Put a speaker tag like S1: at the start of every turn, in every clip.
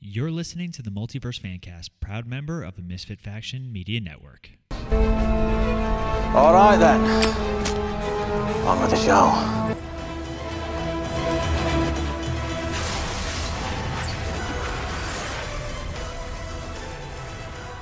S1: You're listening to the Multiverse Fancast, proud member of the Misfit Faction Media Network.
S2: All right then. On with the show.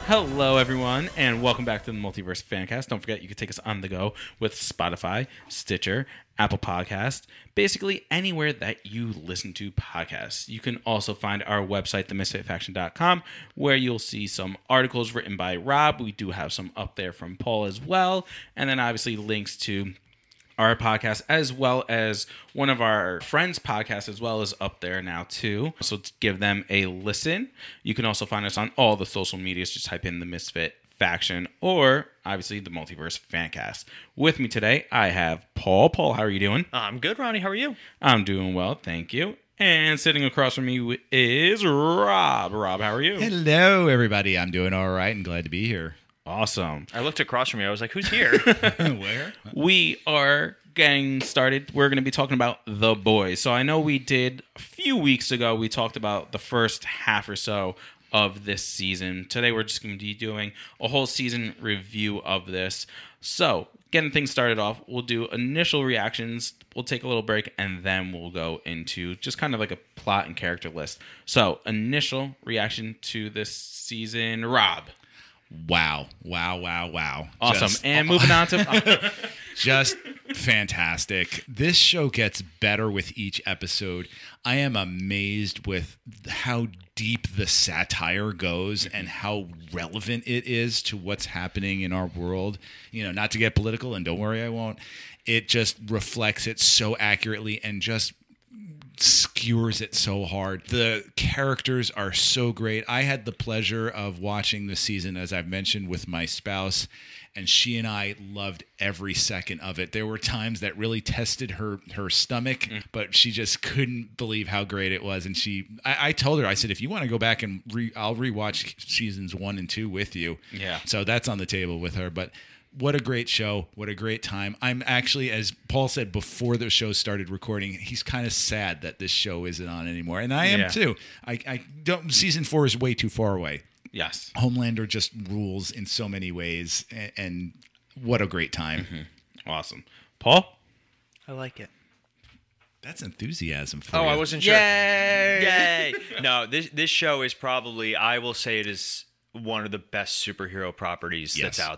S3: Hello, everyone, and welcome back to the Multiverse Fancast. Don't forget, you can take us on the go with Spotify, Stitcher, Apple Podcast, basically anywhere that you listen to podcasts. You can also find our website, themisfitfaction.com, where you'll see some articles written by Rob. We do have some up there from Paul as well, and then obviously links to our podcast as well as one of our friends podcasts as well is up there now too so t- give them a listen you can also find us on all the social medias just type in the misfit faction or obviously the multiverse fancast with me today i have paul paul how are you doing
S4: Uh, I'm good, Ronnie. How are you?
S3: i'm doing well thank you and sitting across from me wi- is rob rob how are you
S5: Hello, everybody. I'm doing all right and glad to be here.
S3: awesome
S4: I looked across from you. I was like, "Who's here?"
S5: Where?
S3: we are getting started. We're going to be talking about The Boys. So I know we did a few weeks ago, we talked about the first half or so of this season. Today, we're just going to be doing a whole season review of this. So, getting things started off, we'll do initial reactions, we'll take a little break, and then we'll go into just kind of like a plot and character list. So, initial reaction to this season, Rob.
S5: Wow. Wow, wow, wow.
S3: Awesome.
S5: Just,
S3: and moving on to
S5: just fantastic. This show gets better with each episode. I am amazed with how deep the satire goes and how relevant it is to what's happening in our world. You know, not to get political, and don't worry, I won't. It just reflects it so accurately and just skewers it so hard. The characters are so great. I had the pleasure of watching this season, as I've mentioned, with my spouse, and she and I loved every second of it. There were times that really tested her her stomach, but she just couldn't believe how great it was. And she, I, I told her, I said, if you want to go back and re, I'll rewatch seasons one and two with you.
S3: Yeah.
S5: So that's on the table with her, but. What a great show. What a great time. I'm actually, as Paul said before the show started recording, he's kind of sad that this show isn't on anymore. And I am
S3: Yeah.
S5: too. I, I don't, season four is way too far away.
S3: Yes.
S5: Homelander just rules in so many ways. And, and what a great time.
S4: Mm-hmm.
S3: Awesome. Paul?
S4: I like it.
S5: That's enthusiasm for
S4: Oh,
S5: you.
S4: I wasn't sure. Yay! no, this this show is probably I will say it is one of the best superhero properties that's
S5: Yes.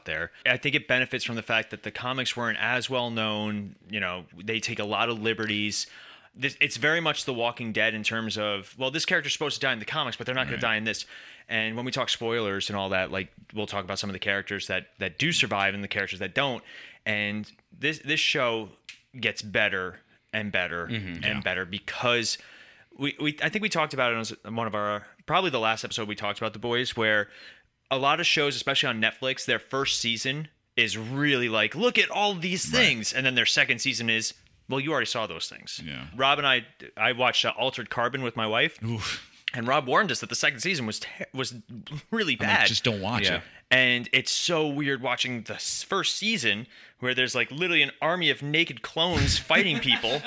S5: Yeah.
S4: Rob and I I watched uh, Altered Carbon with my wife and Rob warned us that the second season was ter- was really
S5: I'm like,
S4: bad.
S5: just don't watch
S3: Yeah.
S5: it.
S4: And it's so weird watching the s- first season where there's like literally an army of naked clones fighting people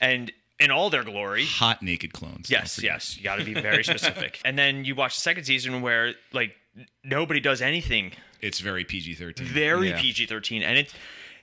S4: and in all their glory.
S5: Hot naked clones. don't
S4: Yes,
S5: forget.
S4: yes. You got to be very specific. and then you watch the second season where like n- nobody does anything.
S5: It's very PG 13.
S4: Very
S3: Yeah.
S4: PG 13. And it's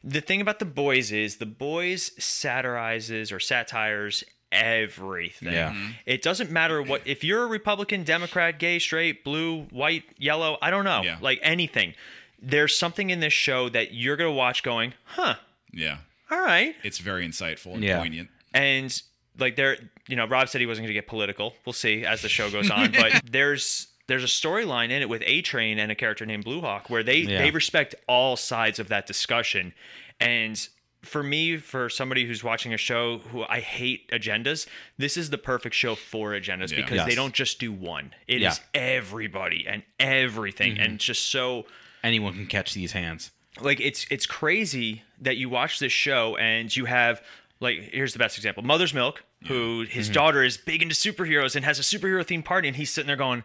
S4: the thing about the boys is the boys satirizes or satires everything.
S3: Yeah. Mhm.
S4: It doesn't matter what, if you're a Republican, Democrat, gay, straight, blue, white, yellow, I don't know,
S5: Yeah.
S4: like anything. There's something in this show that you're going to watch going, huh,
S5: Yeah.
S4: all right.
S5: It's very insightful and
S3: Yeah.
S5: poignant.
S4: And like there, you know, Rob said he wasn't going to get political. We'll see as the show goes on. But there's there's a storyline in it with A Train and a character named Blue Hawk where they
S3: Yeah.
S4: they respect all sides of that discussion. And for me, for somebody who's watching a show who I hate agendas, this is the perfect show for agendas
S5: Yeah.
S4: because
S3: Yes.
S4: they don't just do one. It is
S3: Yeah. Mm-hmm.
S4: everybody and everything, and it's just so
S3: anyone can catch these hands.
S4: like it's it's crazy that you watch this show and you have like here's the best example mother's milk who his
S5: Mm-hmm.
S4: daughter is big into superheroes and has a superhero themed party and he's sitting there going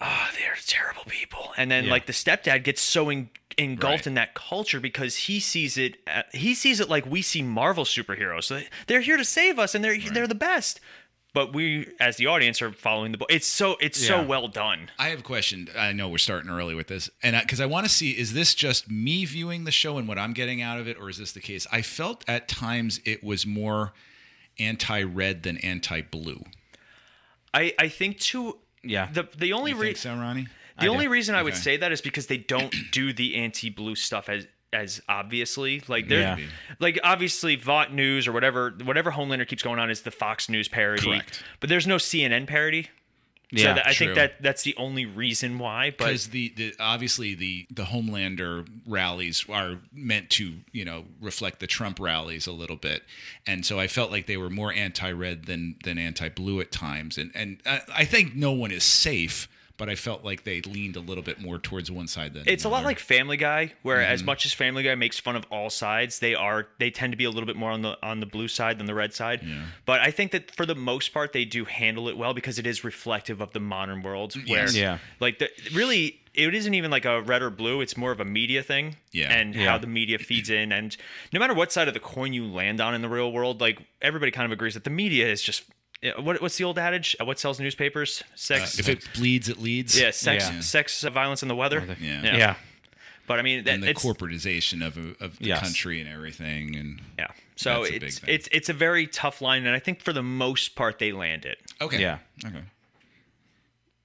S4: oh they're terrible people and then
S3: Yeah.
S4: like the stepdad gets so en- engulfed
S5: Right.
S4: in that culture because he sees it uh, he sees it like we see marvel superheroes They- they're here to save us and they're they're the best but we as the audience are following the book. It's so it's so
S3: Yeah.
S4: well done.
S5: I have a question. I know we're starting early with this, and because I, want to see, is this just me viewing the show and what I'm getting out of it, or is this the case? I felt at times it was more anti-red than anti-blue.
S4: I I think to
S3: Yeah.
S4: the the only
S5: You think
S4: reason
S5: so, Ronnie?
S4: the only reason I would
S5: Okay.
S4: say that is because they don't do the anti-blue stuff as as obviously like they're
S3: Yeah.
S4: like obviously Vought News or whatever whatever Homelander keeps going on is the Fox News parody,
S5: Correct.
S4: but there's no CNN parody. So
S3: Yeah,
S4: that, I
S5: true.
S4: think that that's the only reason why. But
S5: Because the, the obviously the the Homelander rallies are meant to you know reflect the Trump rallies a little bit, and so I felt like they were more anti-red than than anti-blue at times, and and I, I think no one is safe, but I felt like they leaned a little bit more towards one side than
S4: it's a lot
S5: another.
S4: like Family Guy, where
S5: Mm-hmm.
S4: as much as Family Guy makes fun of all sides, they are they tend to be a little bit more on the on the blue side than the red side. But I think that for the most part, they do handle it well because it is reflective of the modern world. Where
S5: Yes.
S3: Yeah.
S4: like the, really, it isn't even like a red or blue. It's more of a media thing.
S5: Yeah.
S4: and
S3: Yeah.
S4: how the media feeds in, and no matter what side of the coin you land on in the real world, like everybody kind of agrees that the media is just. eh, What, what's the old adage? Uh, What sells newspapers?
S5: Uh,
S4: Sex.
S5: if it bleeds, it leads.
S4: yeah, sex,
S3: Yeah.
S4: sex, uh, violence, and the weather.
S5: Yeah.
S3: Yeah.
S4: But I mean, that,
S5: and the
S4: it's
S5: corporatization of of the
S3: Yes.
S5: country and everything. And
S4: yeah. So
S5: That's a big
S4: it's
S5: thing.
S4: it's it's a very tough line, and I think for the most part they land it.
S5: okay,
S3: Yeah.
S5: okay.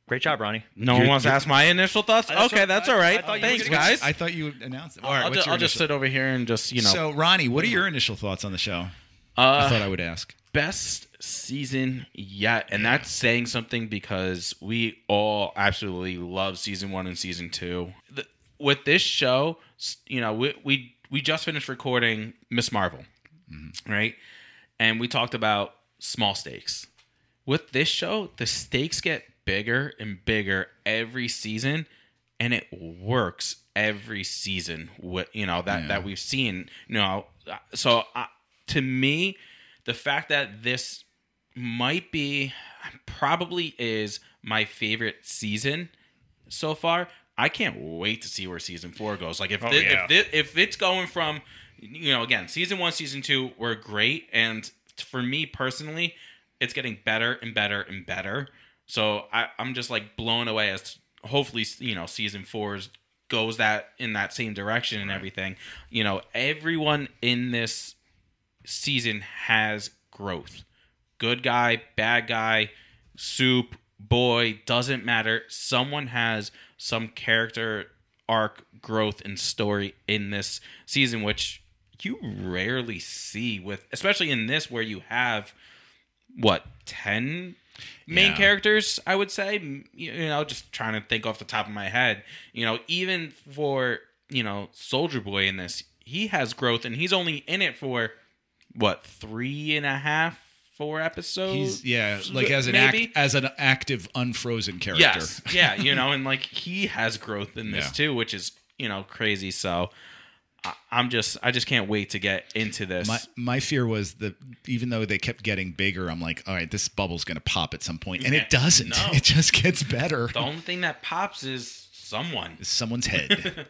S4: Great job, Ronnie.
S3: No one wants to ask my initial thoughts.
S4: that's
S3: okay,
S4: what-
S3: that's
S4: I-
S3: all
S4: I
S3: right.
S4: thought you
S3: Thanks,
S4: were gonna-
S3: guys.
S5: I thought you would announce it. All right,
S3: I'll,
S5: what's
S3: just,
S5: your
S3: I'll just Hmm.
S5: initial-
S3: sit over here and just you know.
S5: So, Ronnie, what are your initial thoughts on the show?
S3: Uh,
S5: I thought I would ask.
S3: best season yet and that's saying something because we all absolutely love season one and season two the, with this show s- you know we, we we just finished recording miss marvel
S5: Mm-hmm.
S3: right and we talked about small stakes with this show the stakes get bigger and bigger every season and it works every season with you know that
S5: Yeah.
S3: that we've seen you know so uh, to me the fact that this might be probably is my favorite season so far i can't wait to see where season four goes like if thi-
S4: yeah.
S3: if, thi- if it's going from you know again season one season two were great and for me personally it's getting better and better and better so I, i'm just like blown away as hopefully you know season four is, goes that in that same direction and everything you know everyone in this season has growth. Good guy, bad guy, soup, boy, doesn't matter. Someone has some character arc, growth, and story in this season, which you rarely see with, especially in this where you have what, 10 main
S5: Yeah.
S3: characters, I would say. M- You know, just trying to think off the top of my head. You know, even for, you know, Soldier Boy in this, he has growth and he's only in it for what three and a half four episodes
S5: He's yeah, like as an act,
S3: oh, maybe?
S5: as an active unfrozen character.
S3: yes yeah you know and like he has growth in this
S5: Yeah.
S3: too which is you know crazy so I, i'm just i just can't wait to get into this
S5: My my fear was that even though they kept getting bigger, I'm like, all right, this bubble's gonna pop at some point, and it doesn't.
S3: No.
S5: It just gets better.
S3: the only thing that pops is someone
S5: Someone's head.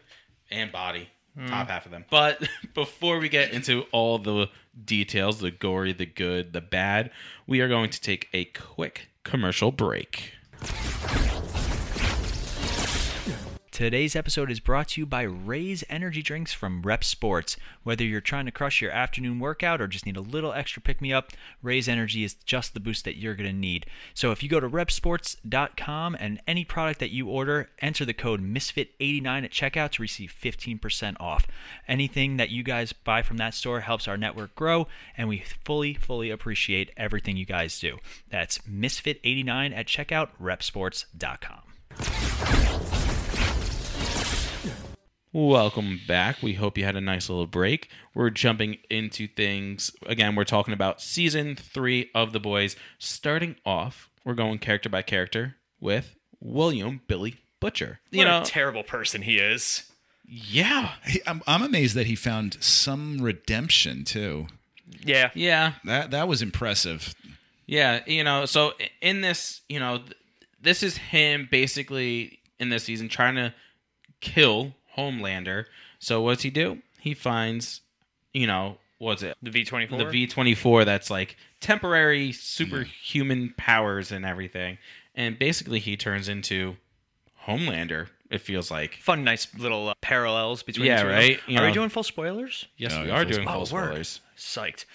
S3: and body
S5: Hmm.
S3: top half of them but before we get into all the details the gory the good the bad we are going to take a quick commercial break
S4: Today's episode is brought to you by Raise Energy Drinks from Rep Sports. Whether you're trying to crush your afternoon workout or just need a little extra pick me up, Raise Energy is just the boost that you're going to need. So if you go to repsports.com and any product that you order, enter the code MISFIT89 at checkout to receive 15% off. Anything that you guys buy from that store helps our network grow, and we fully, fully appreciate everything you guys do. That's MISFIT89 at checkout, repsports.com.
S3: Welcome back. We hope you had a nice little break. We're jumping into things. Again, we're talking about season three of The Boys. Starting off, we're going character by character with William Billy Butcher. You know,
S4: terrible person he is.
S3: yeah,
S5: He- I'm, I'm amazed that he found some redemption too.
S4: Yeah.
S3: yeah,
S5: That that was impressive.
S3: yeah. You know, so i- in this, you know, th- this is him basically in this season trying to kill Homelander. So what does he do? He finds, you know, what's it?
S4: The V twenty four.
S3: The V twenty four that's like temporary superhuman powers and everything. And basically he turns into Homelander, it feels like.
S4: Fun, nice little uh, parallels between.
S3: Yeah,
S4: the two of
S3: right,
S4: them.
S3: you
S4: Are we
S3: know.
S4: doing full spoilers?
S3: Yes,
S5: Oh,
S3: we
S5: yeah,
S3: are
S5: full
S3: doing full
S4: oh, word.
S3: spoilers.
S4: Psyched.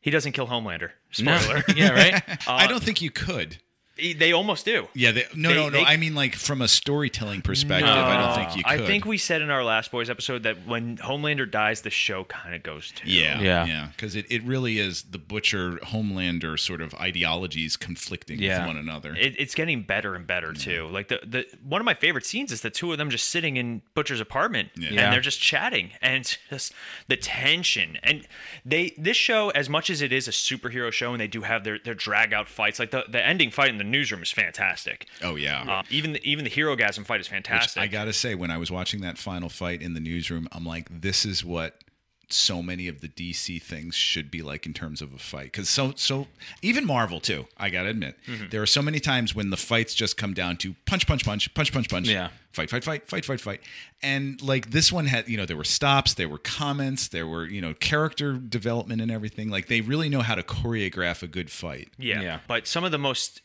S4: He doesn't kill Homelander.
S3: No.
S4: Spoiler.
S3: yeah, right?
S4: Uh,
S5: I don't think you could.
S4: He- they almost do.
S5: Yeah, they, no,
S4: They-
S5: no, no.
S4: they-
S5: I mean, like from a storytelling perspective, I don't think you
S4: I
S5: could.
S4: think we said in our last boys episode that when Homelander dies, the show kind of goes to.
S5: yeah,
S3: Yeah.
S5: yeah, because it, it really is the butcher Homelander sort of ideologies conflicting
S3: Yeah.
S5: with one another.
S4: It, it's getting better and better too. Like the, the one of my favorite scenes is the two of them just sitting in Butcher's apartment
S3: Yeah.
S4: and they're just chatting and it's just the tension and they this show as much as it is a superhero show and they do have their their drag out fights like the, the ending fight in the newsroom is fantastic.
S5: oh yeah.
S4: Uh, even the, even the hero gasm fight is
S5: Which
S4: fantastic.
S5: I gotta say, when I was watching that final fight in the newsroom, I'm like, this is what so many of the DC things should be like in terms of a fight. Because so so even Marvel too, I gotta admit,
S3: Mm-hmm.
S5: there are so many times when the fights just come down to punch, punch, punch, punch, punch, punch.
S3: Yeah.
S5: Fight, fight, fight, fight, fight, fight. And like this one had, you know, there were stops, there were comments, there were, you know, character development and everything. Like they really know how to choreograph a good fight.
S4: Yeah.
S3: Yeah.
S4: But some of the most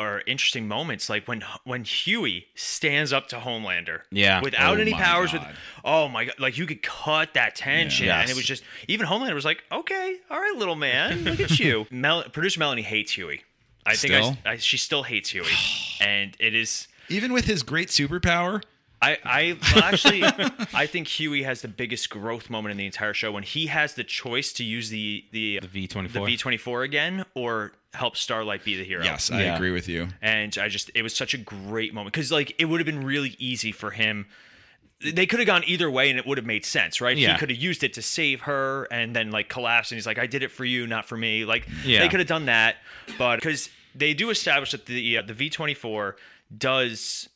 S4: are interesting moments like when when Huey stands up to Homelander.
S3: Yeah.
S4: Without
S5: Oh
S4: any
S5: my
S4: powers with
S5: God.
S4: Oh my god, like you could cut that tension
S3: Yeah.
S4: and it was just even Homelander was like, "Okay, all right, little man, look at you." Mel, producer Melanie hates Huey. I think I-
S5: Still?
S4: I, she still hates Huey. and it is
S5: Even with his great superpower,
S4: I, I well, actually I think Huey has the biggest growth moment in the entire show when he has the choice to use the the
S3: The V24.
S4: the V24 again or help Starlight be the hero.
S5: yes, I
S3: Yeah.
S5: agree with you.
S4: and I just it was such a great moment because like it would have been really easy for him. They could have gone either way and it would have made sense, right?
S3: Yeah.
S4: He could have used it to save her and then like collapse and he's like, "I did it for you, not for me." Like
S3: Yeah.
S4: they could have done that, but because they do establish that the uh, the V twenty four does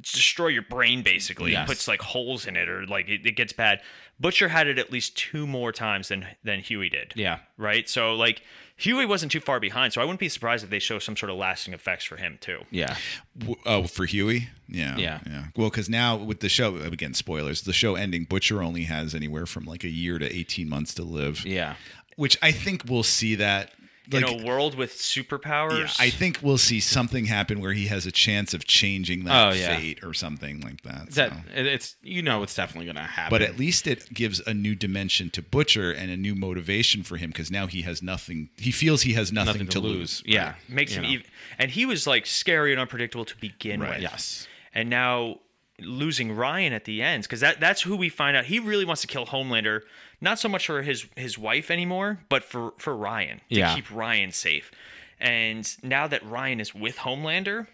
S4: destroy your brain basically
S3: Yes.
S4: it puts like holes in it or like it, it gets bad butcher had it at least two more times than than huey did
S3: Yeah.
S4: right? So like Huey wasn't too far behind, so I wouldn't be surprised if they show some sort of lasting effects for him too.
S3: Yeah.
S5: W- Oh, for Huey? Yeah.
S3: Yeah.
S5: Yeah. Well, because now with the show, again, spoilers, the show ending, Butcher only has anywhere from like a year to 18 months to live.
S3: Yeah.
S5: Which I think we'll see that. Like,
S4: In a world with
S5: yeah,
S4: superpowers,
S5: I think we'll see something happen where he has a chance of changing that
S3: Oh, yeah.
S5: fate or something like that.
S3: That
S5: so.
S3: it- it's you know it's definitely gonna happen.
S5: But at least it gives a new dimension to Butcher and a new motivation for him because now he has nothing. He feels he has nothing,
S3: nothing to lose. Yeah.
S4: makes
S3: you
S4: him
S3: know.
S4: even. And he was like scary and unpredictable to begin with.
S3: Yes.
S4: And now losing Ryan at the end because that that's who we find out he really wants to kill Homelander, not so much for his his wife anymore, but for for Ryan to
S3: Yeah.
S4: keep Ryan safe. And now that Ryan is with Homelander,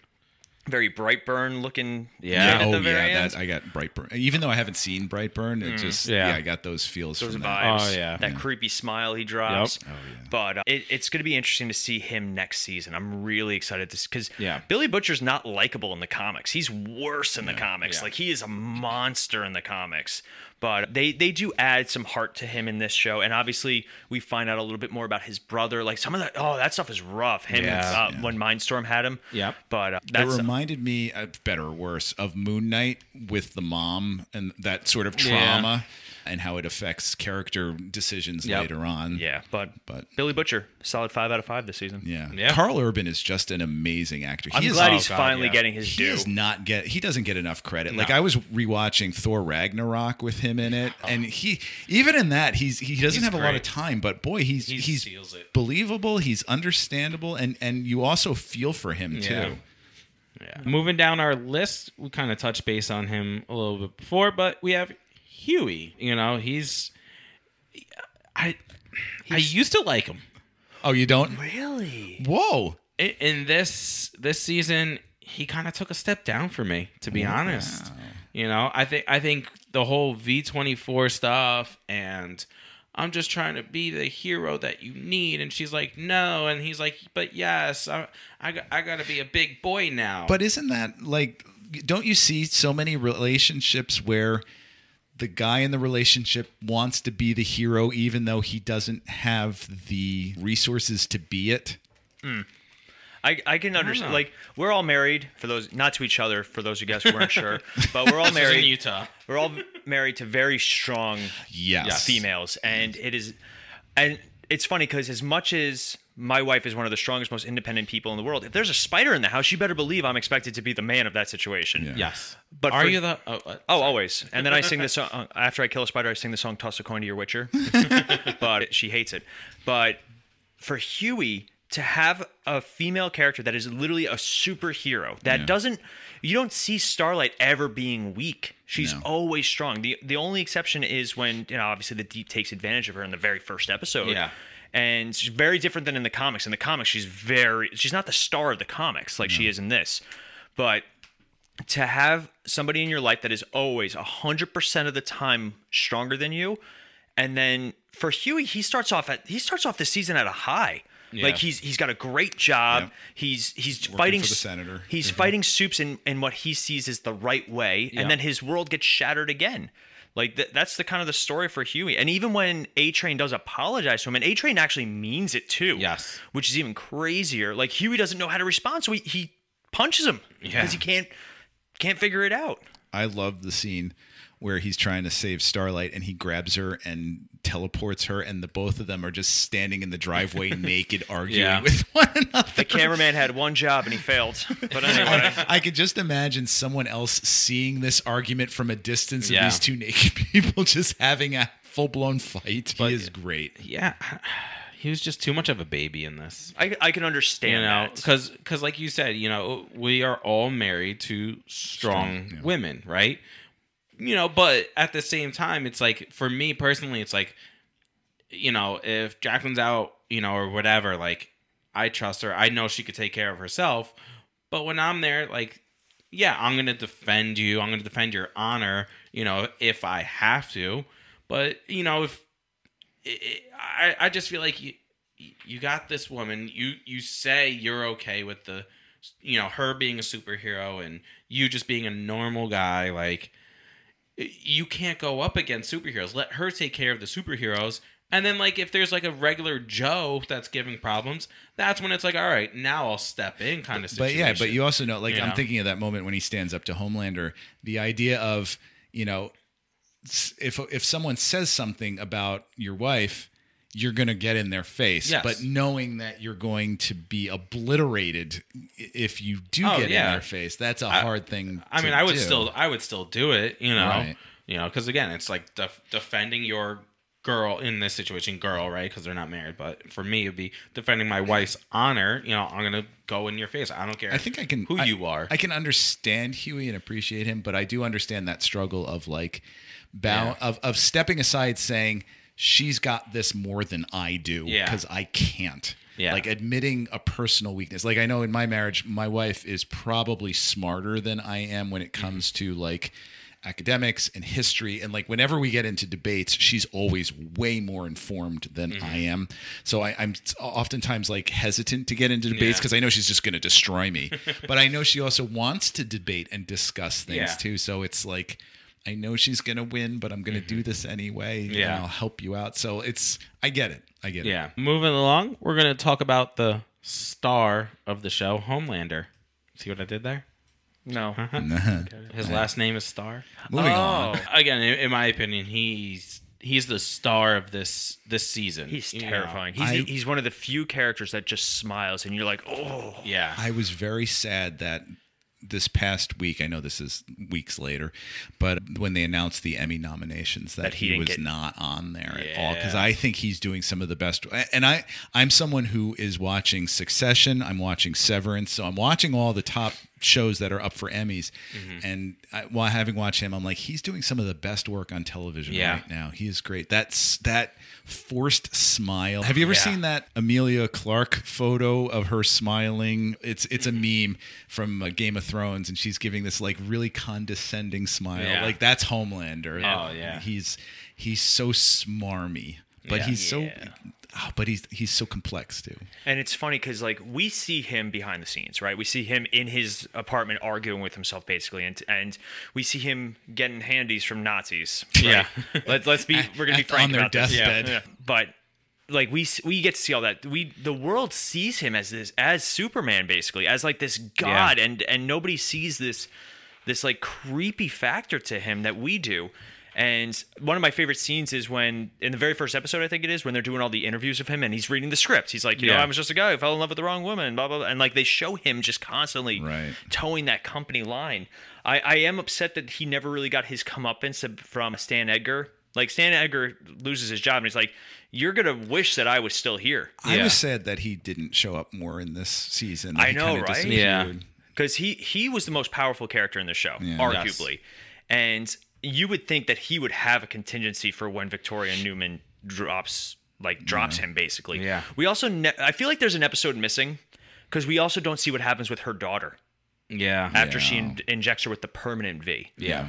S4: very Brightburn looking.
S3: Yeah.
S4: kid at
S5: oh
S4: the
S5: yeah,
S4: very end.
S5: that I got Brightburn. Even though I haven't seen Brightburn, it just
S3: Mm, Yeah.
S5: yeah. I got those feels
S4: those
S5: from that.
S4: vibes.
S3: Oh, yeah.
S4: that creepy smile he drops.
S5: Oh, yeah.
S4: But uh, it, it's going to be interesting to see him next season. I'm really excited to because
S3: Yeah.
S4: Billy Butcher's not likable in the comics. He's worse in the comics.
S3: yeah.
S4: Like he is a monster in the comics. But they they do add some heart to him in this show, and obviously we find out a little bit more about his brother. Like some of that, oh, that stuff is rough. Him
S3: Yeah.
S4: uh, when Mindstorm had him.
S3: Yep.
S4: But uh,
S5: It
S4: that's
S5: reminded me, uh, better or worse, of Moon Knight with the mom and that sort of trauma and how it affects character decisions
S3: Yep.
S5: later on.
S4: yeah. But
S5: But-
S4: Billy Butcher, solid five out of five this season.
S5: Yeah.
S3: Yeah.
S5: Carl Urban is just an amazing actor. He
S4: I'm
S5: is-
S4: glad
S3: oh,
S4: he's
S3: God,
S4: finally
S3: yeah.
S4: getting his
S5: he
S4: due.
S5: does not get he doesn't get enough credit. Like I was rewatching Thor Ragnarok with him in it and he even in that he's he doesn't have a lot
S3: great.
S5: of time but boy he's
S3: He
S5: he's
S3: steals it.
S5: believable, he's understandable and and you also feel for him too.
S3: Yeah. Yeah. Moving down our list, we kind of touched base on him a little bit before, but we have Huey. You know, he's I I used to like him.
S5: Oh, you don't?
S4: Really?
S5: Whoa.
S3: In, in this this season, he kind of took a step down for me, to be honest. You know, I think I think the whole V twenty four stuff and I'm just trying to be the hero that you need, and she's like, no, and he's like, but yes, I I, got- I gotta be a big boy now.
S5: But isn't that like, don't you see so many relationships where the guy in the relationship wants to be the hero even though he doesn't have the resources to be it?
S4: I, I can understand.
S3: know.
S4: Like we're all married for those not to each other for those who guess weren't sure, but we're all
S3: This was in
S4: married.
S3: Utah.
S4: We're all married to very strong
S5: Yes.
S3: Mm-hmm.
S4: females, and it is. And it's funny because as much as my wife is one of the strongest, most independent people in the world, if there's a spider in the house, you better believe I'm expected to be the man of that situation.
S5: Yeah.
S3: Yes.
S4: But
S3: are
S4: for-
S3: you the? Oh, uh,
S4: Oh, always. And then I sing the song uh, after I kill a spider. I sing the song "Toss a Coin to Your Witcher," but she hates it. But for Huey to have a female character that is literally a superhero that doesn't, you don't see Starlight ever being weak. She's
S5: No.
S4: always strong. the The only exception is when you know, obviously, the Deep takes advantage of her in the very first episode.
S3: Yeah.
S4: And she's very different than in the comics. In the comics, she's very she's not the star of the comics like she is in this. But to have somebody in your life that is always 100% of the time stronger than you and then for Huey he starts off at he starts off the season at a high like he's he's got a great job
S5: Yep.
S4: he's he's fighting
S5: for the
S4: s-
S5: senator.
S4: he's
S3: Mm-hmm.
S4: fighting soups in in what he sees is the right way and then his world gets shattered again like th- that's the kind of the story for Huey and even when A Train does apologize to him and A Train actually means it too
S3: Yes.
S4: which is even crazier like Huey doesn't know how to respond so he, he punches him because
S3: Yeah.
S4: he can't can't figure it out.
S5: I love the scene where he's trying to save Starlight and he grabs her and teleports her, and the both of them are just standing in the driveway naked, arguing
S3: Yeah.
S5: with one another.
S4: The cameraman had one job and he failed. But anyway,
S5: I, I could just imagine someone else seeing this argument from a distance of
S3: Yeah.
S5: these two naked people just having a full blown fight. he is great.
S3: yeah. He was just too much of a baby in this.
S4: I, I can understand
S3: you know
S4: that.
S3: because because like you said you know we are all married to strong,
S5: Strong, yeah.
S3: women right you know but at the same time it's like for me personally it's like you know if jacqueline's out you know or whatever like i trust her i know she could take care of herself but when i'm there like yeah i'm gonna defend you i'm gonna defend your honor you know if i have to but you know if i i I just feel like you you got this woman you you say you're okay with the you know her being a superhero and you just being a normal guy like you can't go up against superheroes let her take care of the superheroes and then like if there's like a regular joe that's giving problems that's when it's like all right now i'll step in kind of
S5: But
S3: situation
S5: yeah, but you also know, like,
S3: You
S5: I'm
S3: know?
S5: thinking of that moment when he stands up to Homelander. The idea of, you know, s- if if someone says something about your wife, you're gonna get in their face.
S3: Yes.
S5: But knowing that you're going to be obliterated i- if you do
S3: Oh,
S5: get
S3: yeah.
S5: in their face, that's a hard thing.
S3: I
S5: to
S3: mean, I would
S5: do.
S3: still, I would still do it, you know,
S5: Right.
S3: you know, because again, it's like def- defending your girl in this situation, girl, right? Because they're not married. But for me, it'd be defending my wife's honor. You know, I'm gonna go in your face. I don't care.
S5: I think I can
S3: who
S5: I-
S3: you are.
S5: I can understand Huey and appreciate him, but I do understand that struggle of like bow of of stepping aside, saying she's got this more than I do
S3: Yeah.
S5: because I can't.
S3: Yeah.
S5: Like admitting a personal weakness. Like I know in my marriage, my wife is probably smarter than I am when it comes
S3: Mm-hmm.
S5: to like academics and history and like whenever we get into debates she's always way more informed than
S3: Mm-hmm.
S5: i am so I, i'm oftentimes like hesitant to get into debates
S3: Yeah.
S5: because I know she's just going to destroy me. but I know she also wants to debate and discuss things
S3: Yeah.
S5: too. So it's like, I know she's going to win, but I'm going to do this anyway. And
S3: Mm-hmm. Yeah.
S5: I'll help you out. So it's, I get it. I get it.
S3: yeah. Moving along, we're gonna talk about the star of the show, Homelander. See what I did there? Uh-huh.
S4: no.
S3: His last name is Star. Oh.
S5: Moving on.
S3: Again, in, in my opinion, he's he's the star of this this season.
S4: He's
S3: you know?
S4: terrifying. He's,
S5: I-
S4: he's one of the few characters that just smiles and you're like, oh.
S3: Yeah.
S5: I was very sad that this past week, I know this is weeks later, but when they announced the Emmy nominations that,
S4: That he
S5: he,
S4: didn't
S5: was
S4: get-
S5: not on there at all because
S3: Yeah.
S5: I think he's doing some of the best and I I'm someone who is watching Succession, I'm watching Severance, so I'm watching all the top shows that are up for Emmys and I, while having watched him I'm like he's doing some of the best work on television
S3: Yeah.
S5: right now. He is great. That's that forced smile. Have you ever
S3: Yeah.
S5: seen that Amelia Clark photo of her smiling? It's it's a meme from uh, Game of Thrones, and she's giving this like really condescending smile.
S3: Yeah.
S5: Like that's Homelander.
S3: Oh, yeah.
S5: he's he's so smarmy, but
S3: Yeah.
S5: he's
S3: Yeah.
S5: so. ah, but he's he's so complex too.
S4: And it's funny because like we see him behind the scenes, right? We see him in his apartment arguing with himself, basically, and and we see him getting handies from Nazis. right?
S3: Yeah.
S4: Let, let's be we're gonna be
S5: At-
S4: frank
S5: on their
S4: about this.
S5: deathbed.
S4: Yeah. But like we s- we get to see all that. We the world sees him as this as Superman, basically, as like this god, and and nobody sees this this like creepy factor to him that we do. And one of my favorite scenes is when, in the very first episode, I think it is, when they're doing all the interviews of him and he's reading the script. He's like, you know,
S3: Yeah.
S4: I was just a guy who fell in love with the wrong woman, blah, blah, blah. And like they show him just constantly
S5: Right.
S4: towing that company line. I, I am upset that he never really got his comeuppance from Stan Edgar. Like Stan Edgar loses his job and he's like, you're going to wish that I was still here.
S5: I
S3: Yeah.
S5: was sad that he didn't show up more in this season.
S4: I
S5: He
S4: know,
S5: kinda
S4: right?
S5: disappeared.
S4: because he he was the most powerful character in the show,
S5: Yeah.
S4: arguably, and you would think that he would have a contingency for when Victoria Newman drops like drops him basically.
S3: Yeah.
S4: We also ne- I feel like there's an episode missing because we also don't see what happens with her daughter
S3: Yeah.
S4: after she in- injects her with the permanent V.
S3: yeah.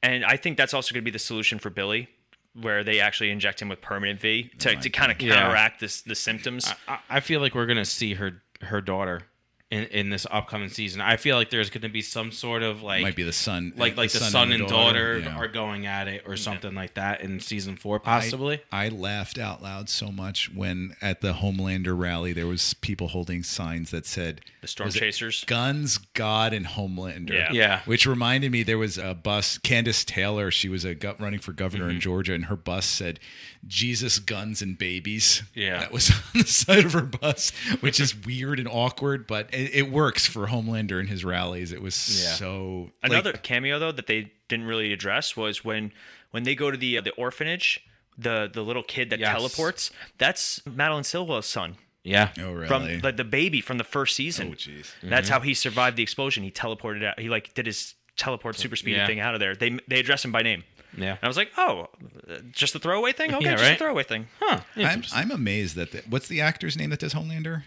S4: And I think that's also going to be the solution for Billy, where they actually inject him with permanent V to, to kind of
S3: Yeah.
S4: counteract this the symptoms.
S3: I, I feel like we're gonna see her her daughter in, in this upcoming season. I feel like there's gonna be some sort of like
S5: Might be the son,
S3: like like the, son, and daughter,
S5: yeah.
S3: are going at it or something like that in season four, possibly.
S5: I, I laughed out loud so much when at the Homelander rally there was people holding signs that said
S4: The Storm
S5: was it
S4: Chasers.
S5: Guns, God, and Homelander.
S4: Yeah.
S3: Yeah.
S5: Which reminded me there was a bus. Candace Taylor, she was a gu- running for governor in Georgia, and her bus said Jesus, guns, and babies.
S3: Yeah.
S5: That was on the side of her bus, which is weird and awkward, but it, it works for Homelander and his rallies. It was
S3: Yeah.
S5: so like,
S4: Another cameo though that they didn't really address was when when they go to the the orphanage, the the little kid that
S3: Yes.
S4: teleports. That's Madeline Silva's son
S3: yeah.
S5: oh really
S4: from the, the baby from the first season.
S5: Oh, jeez.
S3: Mm-hmm.
S4: That's how he survived the explosion. He teleported out. He like did his teleport super speed
S3: Yeah.
S4: thing out of there. They they address him by name.
S3: Yeah.
S4: And I was like, oh, uh, just a throwaway thing. Okay,
S3: Yeah,
S4: just a
S3: right?
S4: throwaway thing.
S3: Huh.
S5: I'm,
S3: Interesting.
S5: I'm amazed that the, what's the actor's name that does Homelander?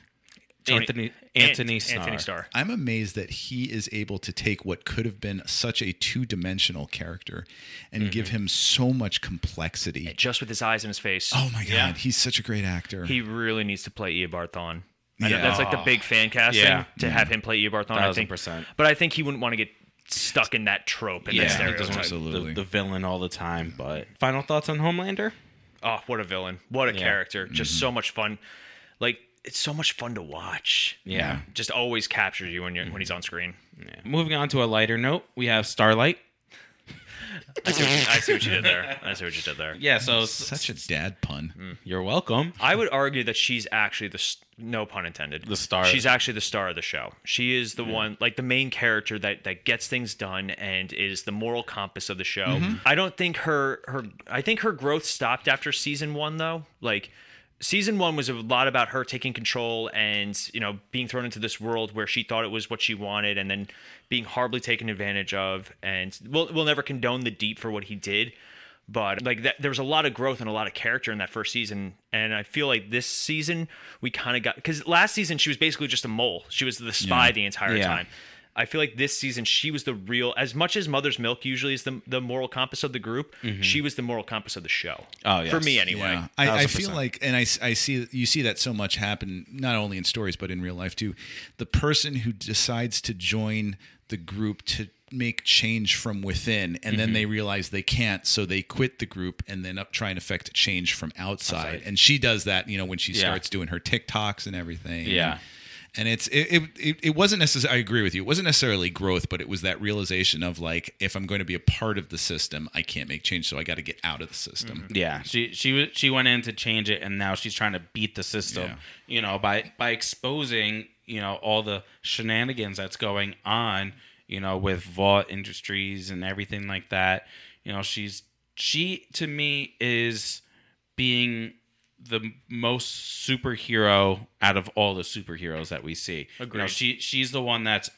S3: Anthony Anthony Starr.
S4: Anthony Starr.
S5: I'm amazed that he is able to take what could have been such a two-dimensional character and give him so much complexity.
S4: Just with his eyes in his face.
S5: Oh my god,
S3: Yeah.
S5: he's such a great actor.
S4: He really needs to play Eobard Thawne. I know
S5: Yeah.
S4: That's like the big fan casting
S3: Yeah.
S4: to have him play Eobard Thawne. I think,
S3: 1000%.
S4: but I think he wouldn't want to get stuck in that trope and
S3: Yeah,
S4: that
S3: he
S4: stereotype.
S3: doesn't want to be
S5: Absolutely.
S3: the, the villain all the time. But final thoughts on Homelander?
S4: Oh, what a villain! What a character!
S3: Mm-hmm.
S4: Just so much fun. Like it's so much fun to watch.
S3: Yeah.
S4: Just always captures you when you're when he's on screen.
S3: Moving on to a lighter note, we have Starlight.
S4: I see, what you, I see what you did there. I see what you did there.
S3: Yeah, so
S5: such a dad pun.
S3: you're welcome.
S4: I would argue that she's actually the s- no pun intended
S3: The star.
S4: She's actually the star of the show. She is the one like the main character that that gets things done and is the moral compass of the show.
S3: Mm-hmm.
S4: I don't think her her I think her growth stopped after season 1 though. Like season 1 was a lot about her taking control and, you know, being thrown into this world where she thought it was what she wanted and then being horribly taken advantage of and we'll we'll never condone the deep for what he did but like that, there was a lot of growth and a lot of character in that first season and i feel like this season we kind of got because last season she was basically just a mole she was the spy the entire
S3: Yeah.
S4: time i feel like this season she was the real as much as mother's milk usually is the, the moral compass of the group she was the moral compass of the show
S3: Mm-hmm. Oh,
S4: for
S3: yes.
S4: me anyway
S5: Yeah, I, I feel like, and I, I see you see that so much happen, not only in stories but in real life too. The person who decides to join the group to make change from within, and then they realize they can't, so they quit the group and then up try and affect change from outside. And she does that, you know, when she
S3: Yeah.
S5: starts doing her TikToks and everything.
S3: Yeah.
S5: And it's it, it- it it wasn't necessarily I agree with you. It wasn't necessarily growth, but it was that realization of like if I'm going to be a part of the system, I can't make change, so I got to get out of the system.
S3: Yeah, she she wa- she went in to change it, and now she's trying to beat the system.
S5: Yeah.
S3: You know, by by exposing you know all the shenanigans that's going on. You know, with Vought Industries and everything like that. You know, she's she to me is being the most superhero out of all the superheroes that we see. You know,
S4: Agreed.
S3: she she's the one that's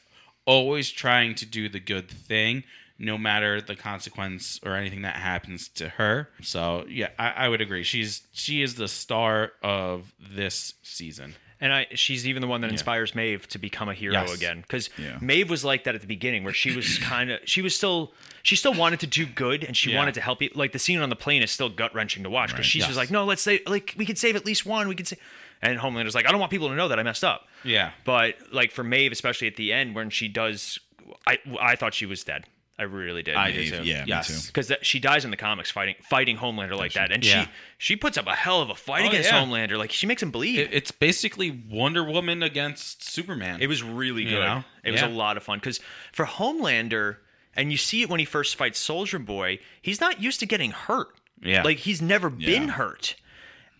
S3: always trying to do the good thing, no matter the consequence or anything that happens to her. So yeah, I, I would agree. She's she is the star of this season.
S4: And I, she's even the one that inspires Maeve to become a hero
S3: Yes.
S4: again, because
S5: Yeah.
S4: Maeve was like that at the beginning, where she was kind of, she was still, she still wanted to do good, and she
S3: Yeah.
S4: wanted to help. You. Like the scene on the plane is still gut wrenching to watch, because she's
S3: Yes.
S4: just like, no, let's say, like we could save at least one, we could say, and Homelander's like, I don't want people to know that I messed up.
S3: Yeah.
S4: But like for Maeve, especially at the end when she does, I I thought she was dead. I really did.
S3: I do
S5: Maeve,
S3: too.
S5: yeah, me
S3: yes.
S4: because she dies in the comics fighting fighting Homelander like that, and
S3: Yeah.
S4: she she puts up a hell of a fight
S3: Oh,
S4: against
S3: yeah.
S4: Homelander. Like she makes him bleed.
S3: It- it's basically Wonder Woman against Superman.
S4: It was really
S3: You
S4: good.
S3: know?
S4: It was
S3: Yeah.
S4: a lot of fun because for Homelander, And you see it when he first fights Soldier Boy. He's not used to getting hurt.
S3: Yeah.
S4: Like he's never been
S5: Yeah.
S4: hurt.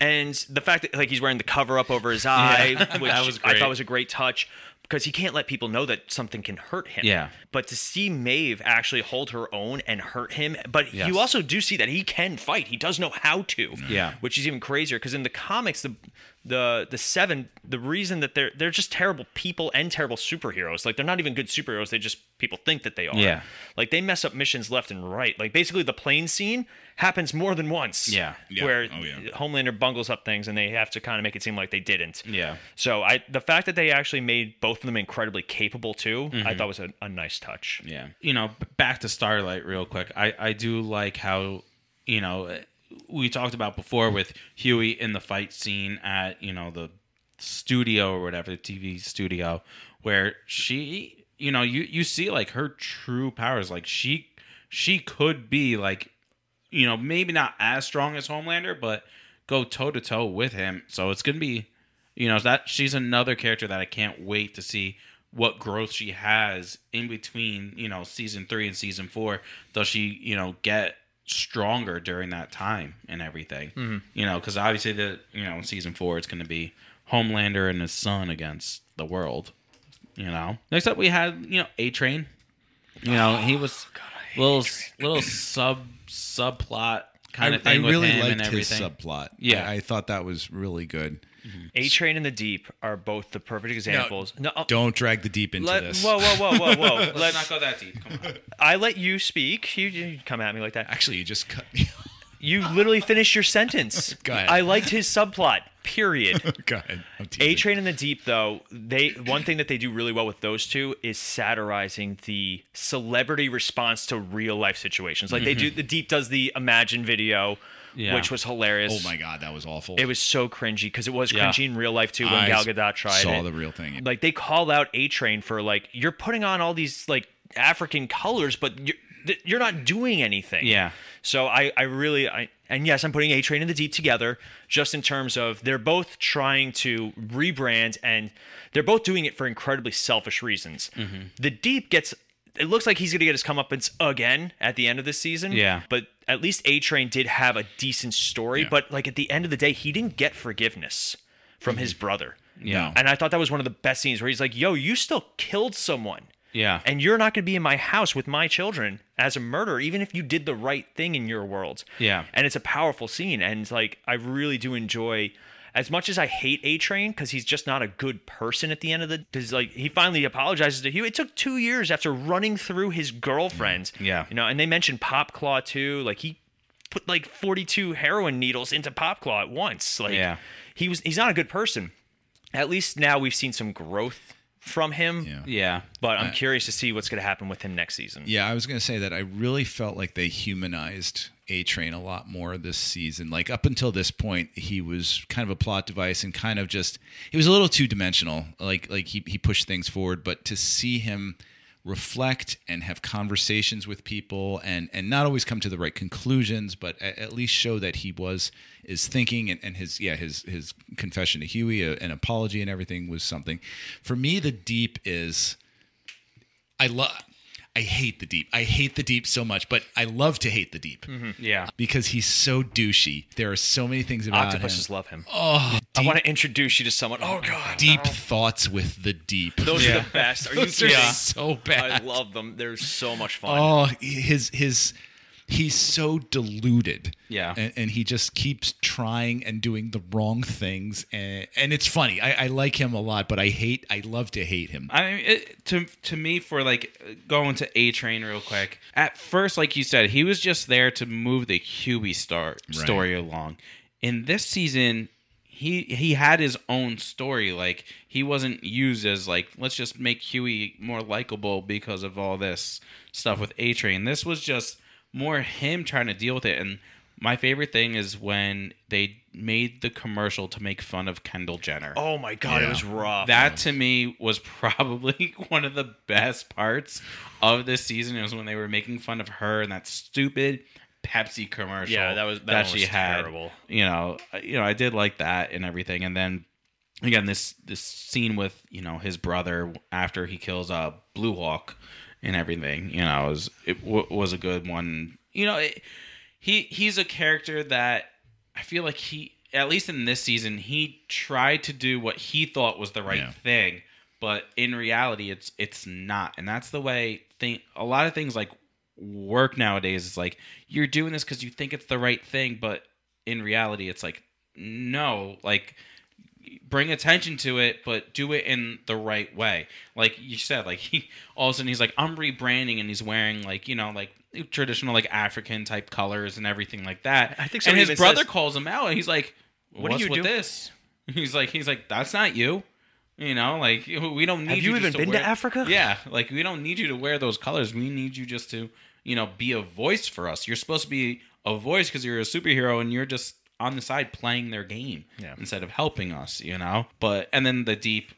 S4: And the fact that like he's wearing the cover up over his eye, which
S3: that was
S4: I
S3: great.
S4: thought was a great touch because he can't let people know that something can hurt him.
S3: Yeah.
S4: But to see Maeve actually hold her own and hurt him, but
S3: Yes.
S4: you also do see that he can fight. He does know how to.
S3: Yeah.
S4: Which is even crazier because in the comics, the the the seven, the reason that they're they're just terrible people and terrible superheroes. Like they're not even good superheroes. They just people think that they are.
S3: Yeah.
S4: Like they mess up missions left and right. Like basically the plane scene happens more than once.
S3: Yeah.
S5: Yeah.
S4: Where
S5: Oh, yeah.
S4: Homelander bungles up things and they have to kind of make it seem like they didn't.
S3: Yeah.
S4: So I the fact that they actually made both of them incredibly capable too,
S3: Mm-hmm.
S4: I thought was a, a nice touch.
S3: Yeah. You know, b- back to Starlight real quick. I, I do like how, you know, eh, we talked about before with Huey in the fight scene at, you know, the studio or whatever, the TV studio, where she, you know, you, you see like her true powers. Like she, she could be like, you know, maybe not as strong as Homelander, but go toe to toe with him. So it's going to be, you know, that she's another character that I can't wait to see what growth she has in between, you know, season three and season four. Does she, you know, get stronger during that time and everything?
S5: Mm-hmm.
S3: You know, because obviously the, you know, in season four, it's going to be Homelander and his son against the world. You know, next up we had, you know, A Train. You know, he
S5: Oh,
S3: was little little sub subplot kind
S5: I,
S3: of
S5: I
S3: thing with
S5: really
S3: him and
S5: liked his
S3: everything.
S5: subplot.
S3: Yeah.
S5: I, I thought that was really good.
S4: A Train and the Deep are both the perfect examples. No, uh,
S5: Don't drag the deep into
S4: let-
S5: this.
S4: whoa, whoa, whoa, whoa, whoa.
S3: Let's
S4: Let-
S3: not go that deep. Come on.
S4: I let you speak. You, you come at me like that.
S5: Actually, you just cut me. off.
S4: You literally finished your sentence.
S5: Go ahead.
S4: I liked his subplot. Period.
S5: Go ahead. I'm teasing.
S4: A Train and the Deep, though, they one thing that they do really well with those two is satirizing the celebrity response to real life situations. Like they do,
S5: Mm-hmm.
S4: the Deep does the Imagine video,
S3: Yeah.
S4: which was hilarious.
S5: Oh my god, that was awful.
S4: It was so cringy because it was
S3: Yeah.
S4: cringy in real life too when
S5: I
S4: Gal Gadot tried
S5: saw
S4: it.
S5: the real thing.
S4: Like they call out A Train for like you're putting on all these like African colors, but you're th- you're not doing anything.
S3: Yeah.
S4: So I I really I and yes I'm putting A Train and the Deep together just in terms of they're both trying to rebrand and they're both doing it for incredibly selfish reasons.
S5: Mm-hmm.
S4: The Deep gets. It looks like he's going to get his comeuppance again at the end of this season.
S3: Yeah.
S4: But at least A Train did have a decent story.
S5: Yeah.
S4: But like at the end of the day, he didn't get forgiveness from his brother.
S3: Yeah.
S4: And I thought that was one of the best scenes where he's like, yo, you still killed someone.
S3: Yeah.
S4: And you're not going to be in my house with my children as a murderer, even if you did the right thing in your world.
S3: Yeah.
S4: And it's a powerful scene. And like, I really do enjoy. As much as I hate A Train because he's just not a good person at the end of the, because like he finally apologizes to Hugh. It took two years after running through his girlfriend.
S3: Mm, Yeah.
S4: you know, and they mentioned Pop Claw too. Like he put like forty two heroin needles into Pop Claw at once. Like
S3: Yeah.
S4: he was he's not a good person. At least now we've seen some growth from him.
S5: Yeah.
S3: yeah.
S4: But I'm curious to see what's going to happen with him next season.
S5: Yeah, I was gonna say that I really felt like they humanized A Train a lot more this season. Like up until this point, he was kind of a plot device and kind of just he was a little two dimensional. Like like he he pushed things forward, but to see him reflect and have conversations with people and and not always come to the right conclusions but a- at least show that he was is thinking and, and his yeah his his confession to huey uh, an apology and everything was something for me the deep is I love. I hate the deep. I hate the deep so much, but I love to hate the deep
S4: Mm-hmm.
S3: Yeah.
S5: because he's so douchey. There are so many things about
S4: Octopuses
S5: him.
S4: love him. Oh, I want to introduce you to someone. Oh God,
S5: Deep thoughts with the deep.
S4: those are
S3: Yeah.
S4: the best. Are you
S5: Those are
S4: kidding?
S5: so
S4: I
S5: bad.
S4: love them. They're so much fun.
S5: oh, his his he's so deluded.
S3: Yeah.
S5: and, and he just keeps trying and doing the wrong things, and and it's funny. I, I like him a lot, but I hate. I love to hate him.
S3: I mean, it, to to me for like going to A Train real quick. At first, like you said, he was just there to move the Huey star story along. In this season, he he had his own story. Like he wasn't used as like let's just make Huey more likable because of all this stuff with A Train. This was just more him trying to deal with it. And my favorite thing is when they made the commercial to make fun of Kendall Jenner.
S4: Oh my God,
S5: Yeah.
S4: it was rough.
S3: That to me was probably one of the best parts of this season. It was when they were making fun of her and that stupid Pepsi commercial.
S4: Yeah, that was- that one was terrible.
S3: You know, you know, I did like that and everything. And then again, this this scene with you know his brother after he kills uh, Blue Hawk and everything. You know, it was it w- was a good one. You know, it, he he's a character that I feel like he at least in this season he tried to do what he thought was the right
S5: Yeah.
S3: thing, but in reality it's it's not. And that's the way thing a lot of things like work nowadays is like you're doing this cuz you think it's the right thing, but in reality it's like no, like bring attention to it, but do it in the right way. Like you said, like he all of a sudden he's like, I'm rebranding and he's wearing like, you know, like traditional like African type colors and everything like that.
S4: I think
S3: and
S4: somebody
S3: his
S4: even
S3: brother
S4: says-
S3: calls him out and he's like,
S4: What
S3: What
S4: are
S3: are
S4: you
S3: you with
S4: doing?"
S3: this? He's like he's like, That's not you. You know, like we don't need
S4: Have you
S3: just
S4: even
S3: to
S4: been to
S3: wear-
S4: Africa?
S3: Yeah. Like we don't need you to wear those colors. We need you just to, you know, be a voice for us. You're supposed to be a voice because you're a superhero and you're just on the side playing their game
S4: Yeah.
S3: instead of helping us, you know? But and then the deep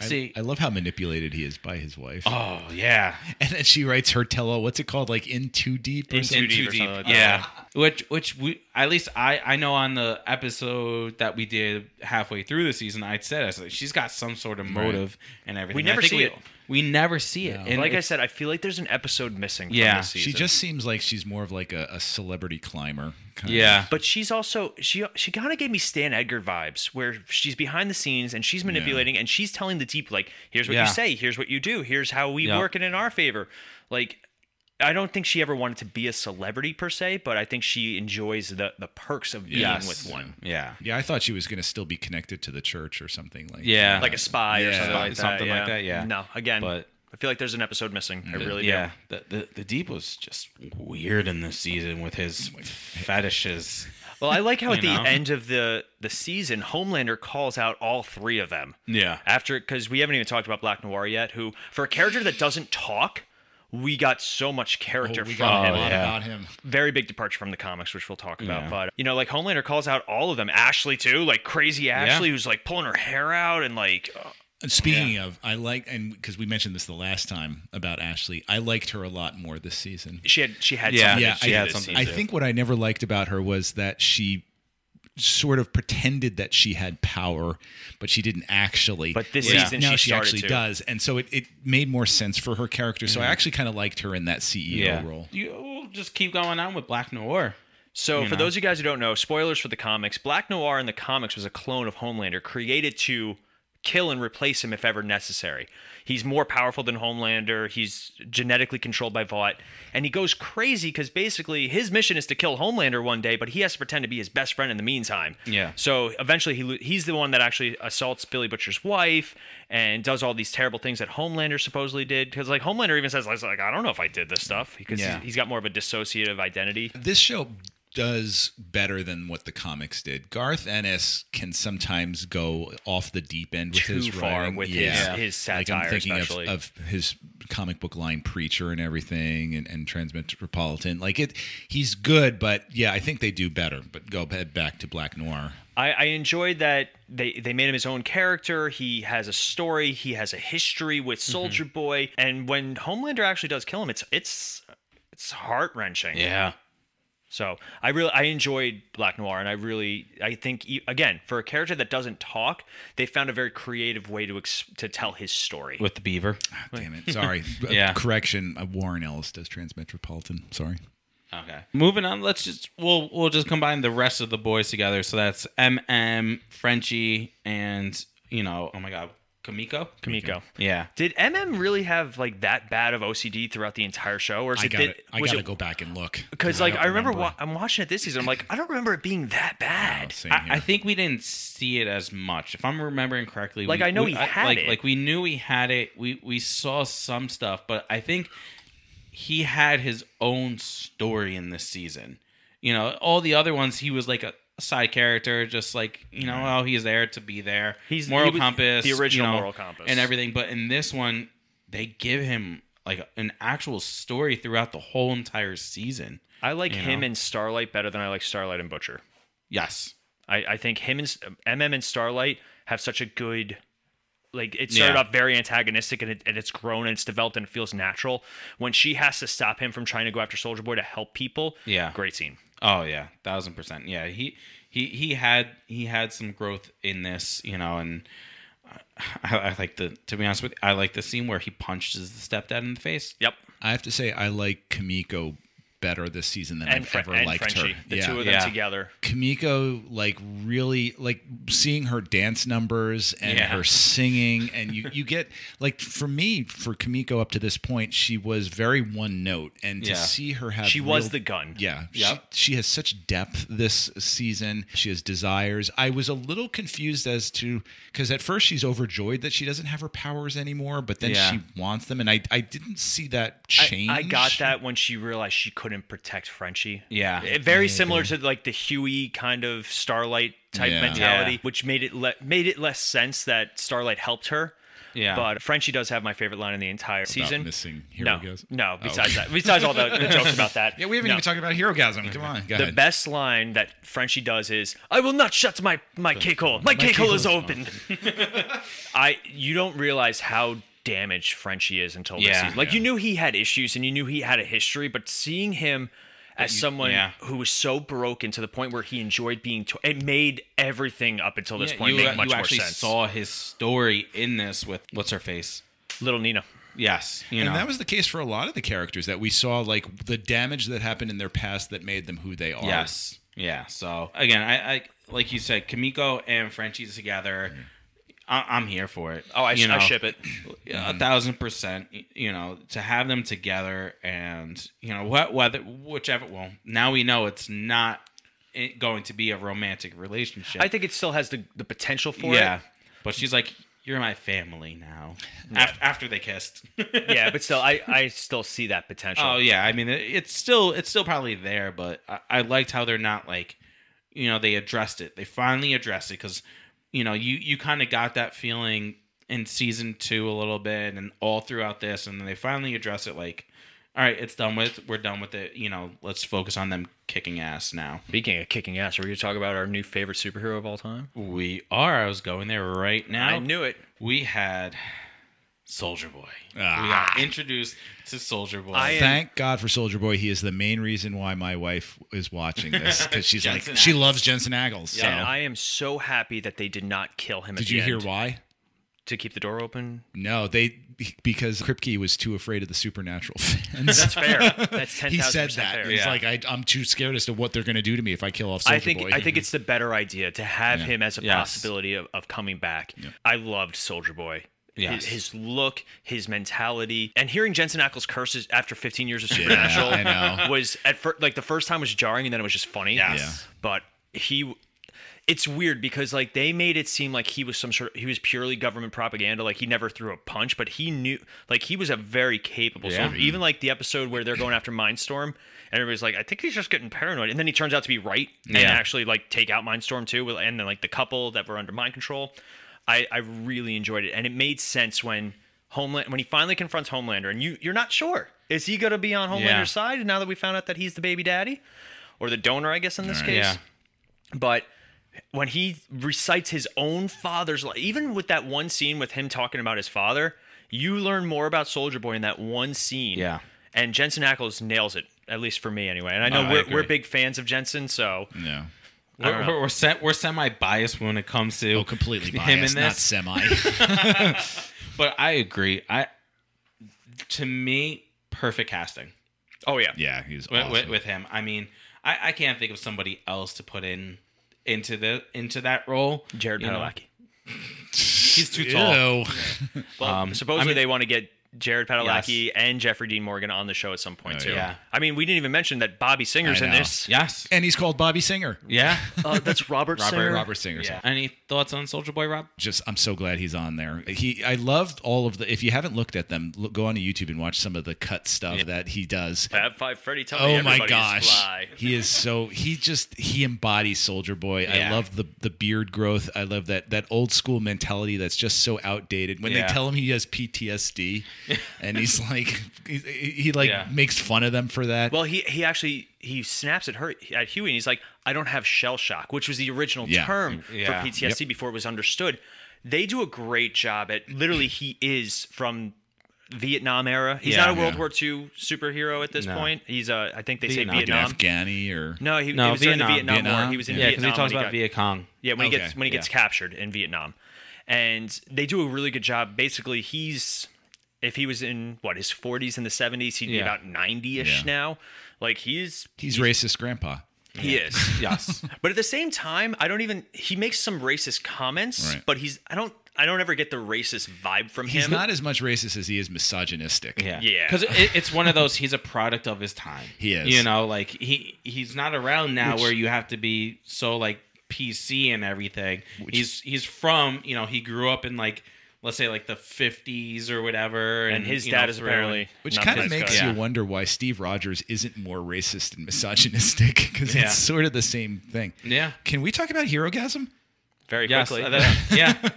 S3: see
S5: I love how manipulated he is by his wife.
S3: Oh yeah.
S5: And then she writes her tell what's it called? Like in too deep or
S4: In Too
S5: something?
S4: Deep or something like that.
S3: Yeah. Which which we at least I I know on the episode that we did halfway through the season I said I said she's got some sort of motive and everything.
S4: We
S3: And I
S4: never
S3: think
S4: see
S3: we,
S4: it.
S3: We never see it. And
S4: like I
S3: it's-
S4: said, I feel like there's an episode missing.
S3: Yeah.
S4: from this
S5: She
S4: season.
S5: just seems like she's more of like a, a celebrity climber. Kind
S3: yeah.
S4: But she's also she she kind of gave me Stan Edgar vibes, where she's behind the scenes and she's manipulating and she's telling the deep like, here's what
S3: Yeah.
S4: you say, here's what you do, here's how we
S3: Yeah.
S4: work it in our favor. Like, I don't think she ever wanted to be a celebrity per se, but I think she enjoys the the perks of being
S3: Yes.
S4: with one,
S3: Yeah.
S5: Yeah, I thought she was going to still be connected to the church or something like
S3: Yeah.
S4: like a spy or
S5: Yeah.
S4: something, like,
S3: Something
S4: that,
S3: like that, yeah.
S4: No, again,
S3: But- Mm,
S4: I feel like there's an episode missing. I really do.
S3: yeah, the, the the deep was just weird in this season with his fetishes.
S4: Well, I like how at the
S3: You know?
S4: end of the the season, Homelander calls out all three of them.
S3: Yeah.
S4: After, because we haven't even talked about Black Noir yet, who, for a character that doesn't talk, we got so much character
S5: Oh, we
S4: from
S5: got
S4: him.
S5: a lot
S3: yeah.
S5: about him.
S4: Very big departure from the comics, which we'll talk about.
S3: Yeah.
S4: But, you know, like Homelander calls out all of them. Ashley, too, like crazy Ashley, who's like pulling her hair out and like, uh,
S5: And Speaking of, I like and because we mentioned this the last time about Ashley, I liked her a lot more this season.
S4: she had, she had
S3: Yeah.
S4: something.
S5: Yeah,
S4: that
S5: I,
S4: she
S3: had
S4: did this
S3: something
S5: I
S4: season.
S3: too.
S5: think what I never liked about her was that she sort of pretended that she had power, but she didn't actually.
S4: But this
S5: Whereas
S4: season
S5: now
S4: she
S5: she,
S4: started
S5: actually
S4: to. Mm-hmm.
S5: does, and so it, it made more sense for her character. So I actually kind of liked her in that CEO role.
S3: You we'll just keep going on with Black Noir.
S4: So, for those of you guys who don't know, spoilers for the comics Black Noir in the comics was a clone of Homelander created to kill and replace him if ever necessary. He's more powerful than Homelander. He's genetically controlled by Vought. And he goes crazy because basically his mission is to kill Homelander one day, but he has to pretend to be his best friend in the meantime.
S3: Yeah.
S4: So eventually, he lo- he's the one that actually assaults Billy Butcher's wife and does all these terrible things that Homelander supposedly did. Because like Homelander even says, like, I don't know if I did this stuff because
S3: Yeah.
S4: he's, he's got more of a dissociative identity.
S5: This show does better than what the comics did. Garth Ennis can sometimes go off the deep end with
S4: Too
S5: his
S4: far
S5: writing.
S4: with
S5: yeah.
S4: his- his
S5: Like
S4: satire
S5: I'm thinking
S4: especially.
S5: Of, of his comic book line Preacher and everything and, and Transmetropolitan. Like it he's good, but yeah, I think they do better. But go ba- back to Black Noir.
S4: I, I enjoyed that they, they made him his own character. He has a story. He has a history with Soldier Boy. And when Homelander actually does kill him, it's it's it's heart wrenching.
S3: Yeah.
S4: So I really I enjoyed Black Noir, and I really I think e- again for a character that doesn't talk, they found a very creative way to ex- to tell his story.
S3: With the beaver.
S5: Ah, damn it. Sorry.
S3: Yeah.
S5: Correction. uh, Warren Ellis does Transmetropolitan. Sorry.
S3: Okay. Moving on, let's just we'll we'll just combine the rest of the boys together. So that's MM, Frenchie, and you know, oh my god, Kamiko?
S4: Kamiko.
S3: Yeah.
S4: Did MM really have like that bad of OCD throughout the entire show, or is
S5: I
S4: it
S5: got
S4: did,
S5: it. I
S4: was
S5: gotta
S4: it-
S5: go back and look.
S4: Because like
S5: don't
S4: I remember, wa- I'm watching it this season. I'm like I don't remember it being that bad.
S5: Same
S3: I, I
S5: here.
S3: think we didn't see it as much. If I'm remembering correctly,
S4: Like,
S3: we,
S4: I know
S3: we,
S4: he had
S3: like,
S4: it.
S3: Like we knew he had it. We we saw some stuff, but I think he had his own story in this season. You know, all the other ones he was like a, a side character, just like you know, oh he's there to be there.
S4: He's-
S3: moral
S4: he was
S3: compass,
S4: the original
S3: you know,
S4: moral compass.
S3: and everything. But in this one, they give him like an actual story throughout the whole entire season.
S4: I like
S3: You
S4: him
S3: know?
S4: and Starlight better than I like Starlight and Butcher.
S3: Yes.
S4: I, I think him and S- MM and Starlight have such a good like it started
S3: Yeah.
S4: off very antagonistic and, it, and it's grown and it's developed and it feels natural when she has to stop him from trying to go after Soldier Boy to help people.
S3: Yeah.
S4: great scene.
S3: Oh yeah, thousand percent. Yeah, he he he had he had some growth in this, you know, and I, I like the to be honest with you, I like the scene where he punches the stepdad in the face.
S4: Yep.
S5: I have to say, I like Kamiko better this season than
S4: And,
S5: I've
S4: Fre-
S5: ever
S4: and
S5: liked
S4: Frenchie,
S5: her.
S4: the
S5: yeah.
S4: two of them
S3: Yeah.
S4: together.
S5: Kamiko like really like seeing her dance numbers and
S3: Yeah.
S5: her singing and you you get like for me for Kamiko up to this point she was very one note and to
S3: Yeah.
S5: see her have
S4: She was
S5: real-
S4: the gun.
S5: yeah
S3: Yep.
S5: she, she has such depth this season she has desires I was a little confused as to because at first she's overjoyed that she doesn't have her powers anymore but then
S3: Yeah.
S5: she wants them and I I didn't see that
S4: I-
S5: change
S4: I, got that when she realized she couldn't protect Frenchie.
S3: Yeah.
S4: It- very similar to like the Huey kind of Starlight type
S5: Yeah.
S4: mentality,
S3: Yeah.
S4: which made it le- made it less sense that Starlight helped her.
S3: Yeah.
S4: But Frenchie does have my favorite line in the entire
S5: about
S4: season.
S5: missing here
S4: no,
S5: goes Oh.
S4: no. Besides that, besides all the, the jokes about that.
S5: yeah we haven't
S4: no.
S5: even talked about hero gasm come on go
S4: The
S5: ahead.
S4: best line that Frenchie does is, "I will not shut my my cake hole. My, cake hole is open." I you don't realize how damaged Frenchie is until this
S3: Yeah.
S4: season. Like you knew he had issues and you knew he had a history, but seeing him as someone
S3: yeah.
S4: who was so broken to the point where he enjoyed being, to- it made everything up until this
S3: Yeah,
S4: point
S3: you,
S4: make much
S3: you
S4: more
S3: actually
S4: sense.
S3: saw his story in this with what's her face.
S4: Little Nina,
S3: Yes, you know
S5: And that was the case for a lot of the characters that we saw, like the damage that happened in their past that made them who they are.
S3: Yes. Yeah. So again, I, I like you said, Kamiko and Frenchie's together. I, I'm here for it.
S4: Mm-hmm. oh, I,
S3: you
S4: sh- I ship it.
S3: a
S4: Mm-hmm.
S3: thousand percent. y- You know, to have them together, and you know what, whether whichever. Well, now we know it's not i- going to be a romantic relationship.
S4: I think it still has the, the potential for
S3: yeah, but she's like, "You're my family now." After, after they kissed.
S4: it. Yeah, but still, I, I still see that potential.
S3: Oh yeah, I mean it, it's still it's still probably there, but I, I liked how they're not like, you know, they addressed it. They finally addressed it because, you know, you you kind of got that feeling in season two a little bit and all throughout this, and then they finally address it like, all right, it's done with. We're done with it. You know, let's focus on them kicking ass now.
S4: Speaking of kicking ass, are we going to talk about our new favorite superhero of all time?
S3: We are. I was going there right now.
S4: I knew it.
S3: we had. Soldier Boy.
S5: Ah.
S3: We got introduced to Soldier Boy.
S4: I am-
S5: Thank God for Soldier Boy. He is the main reason why my wife is watching this because she's like
S3: Jensen
S5: she loves Jensen Ackles. So
S4: And I am so happy that they did not kill him. at
S5: did
S4: the
S5: you hear
S4: end.
S5: why?
S4: To keep the door open.
S5: No, they because Kripke was too afraid of the supernatural fans.
S4: That's fair. That's ten thousand.
S5: he said that.
S4: Fair.
S5: He's
S3: Yeah.
S5: like, I, I'm too scared as to what they're going to do to me if I kill off Soldier
S4: I think
S5: Boy. Mm-hmm.
S4: I think it's the better idea to have him as a
S3: Yes.
S4: possibility of, of coming back. I loved Soldier Boy.
S3: Yes.
S4: His, his look, his mentality, and hearing Jensen Ackles curses after 15 years of
S5: yeah,
S4: Supernatural
S5: I know.
S4: was at first like the first time was jarring and then it was just funny.
S3: Yes.
S4: But he it's weird because like they made it seem like he was some sort he was purely government propaganda like he never threw a punch but he knew like he was a very capable
S3: Yeah.
S4: soldier even like the episode where they're going after mindstorm and everybody's like i think he's just getting paranoid and then he turns out to be right and
S3: Yeah.
S4: actually like take out mindstorm too with- and then like the couple that were under mind control i i really enjoyed it and it made sense when homeland when he finally confronts homelander and you you're not sure is he going to be on homelander's
S3: Yeah.
S4: side now that we found out that he's the baby daddy or the donor i guess in this case
S3: yeah.
S4: but when he recites his own father's life, even with that one scene with him talking about his father, you learn more about Soldier Boy in that one scene.
S3: Yeah.
S4: And Jensen Ackles nails it, at least for me anyway. And I know
S3: Oh, I
S4: we're,
S3: agree.
S4: we're big fans of Jensen, so
S5: no.
S3: We're,
S4: don't know.
S3: we're, we're, se- we're semi-biased when it comes to
S5: Oh, completely biased.
S3: him in
S5: Not
S3: this,
S5: semi.
S3: but I agree. I to me, perfect casting
S4: oh yeah.
S5: yeah, he's
S3: with,
S5: awesome.
S3: with, with him. I mean, I, I can't think of somebody else to put in into the into that role.
S4: Jared
S3: You know,
S4: Padalecki.
S3: he's too tall.
S5: Ew.
S4: Well,
S3: Um,
S4: supposedly
S3: I mean-
S4: they want to get Jared Padalecki and Jeffrey Dean Morgan on the show at some point
S5: Oh,
S4: too.
S3: yeah.
S4: I mean, we didn't even mention that Bobby Singer's
S5: I
S4: in
S5: know.
S4: this.
S3: Yes.
S5: And he's called Bobby Singer.
S3: Yeah.
S4: Uh, that's Robert, Singer.
S5: Robert Singer.
S3: yeah. Any thoughts on Soldier Boy, Rob?
S5: just I'm so glad he's on there. He I loved all of the if you haven't looked at them, look, go on to YouTube and watch some of the cut stuff that he does.
S4: Fab Five Freddy. Tell me
S5: Oh my
S4: everybody's
S5: gosh.
S4: fly.
S5: He is so he just he embodies Soldier Boy. I
S3: Yeah.
S5: love the the beard growth. I love that that old school mentality that's just so outdated. When
S3: Yeah.
S5: they tell him he has PTSD and he's like he, he like
S3: Yeah.
S5: makes fun of them for that.
S4: Well, he he actually he snaps at her at Huey and he's like, "I don't have shell shock," which was the original
S5: Yeah.
S4: term
S3: Yeah.
S4: for PTSD before it was understood. They do a great job at literally he is from Vietnam era. He's
S3: Yeah.
S4: not a World
S5: Yeah.
S4: War II superhero at this
S3: No.
S4: point. He's uh, I think they
S3: Vietnam.
S4: say
S5: like an
S4: Vietnam.
S5: Afghani or
S4: No, he,
S3: No,
S4: it was during the
S3: Vietnam.
S4: Vietnam, War.
S5: Vietnam?
S4: He was in
S3: Yeah, because
S4: Vietnam.
S3: he talks
S4: when
S3: about
S4: got-
S3: Viet Cong.
S4: yeah, when he
S5: Okay,
S4: gets when he gets
S3: yeah.
S4: captured in Vietnam, and they do a really good job. Basically, he's if he was in what his 40s in the 70s, he'd be
S3: Yeah.
S4: about 90ish
S5: Yeah.
S4: now. Like he's
S5: He's racist, Grandpa.
S4: he is.
S3: Yes.
S4: But at the same time, I don't even he makes some racist comments,
S5: Right.
S4: but he's I don't I don't ever get the racist vibe from
S5: He's
S4: him.
S5: not as much racist as he is misogynistic.
S3: Yeah.
S4: Yeah.
S3: Because it, it's one of those, he's a product of his time.
S5: He is.
S3: You know, like, he he's not around now where you have to be so, like, PC and everything. he's he's from, you know, he grew up in, like, let's say, like, the 50s or whatever.
S4: and his
S3: you know,
S4: dad is
S3: throwing-
S4: apparently
S5: Which
S4: not
S5: kind
S4: a
S5: of
S4: nice
S5: makes
S4: guy.
S5: you wonder why Steve Rogers isn't more racist and misogynistic because
S3: Yeah.
S5: it's sort of the same thing.
S3: Yeah.
S5: Can we talk about hero gasm?
S4: very
S3: Yes.
S4: quickly.
S3: uh, that- yeah.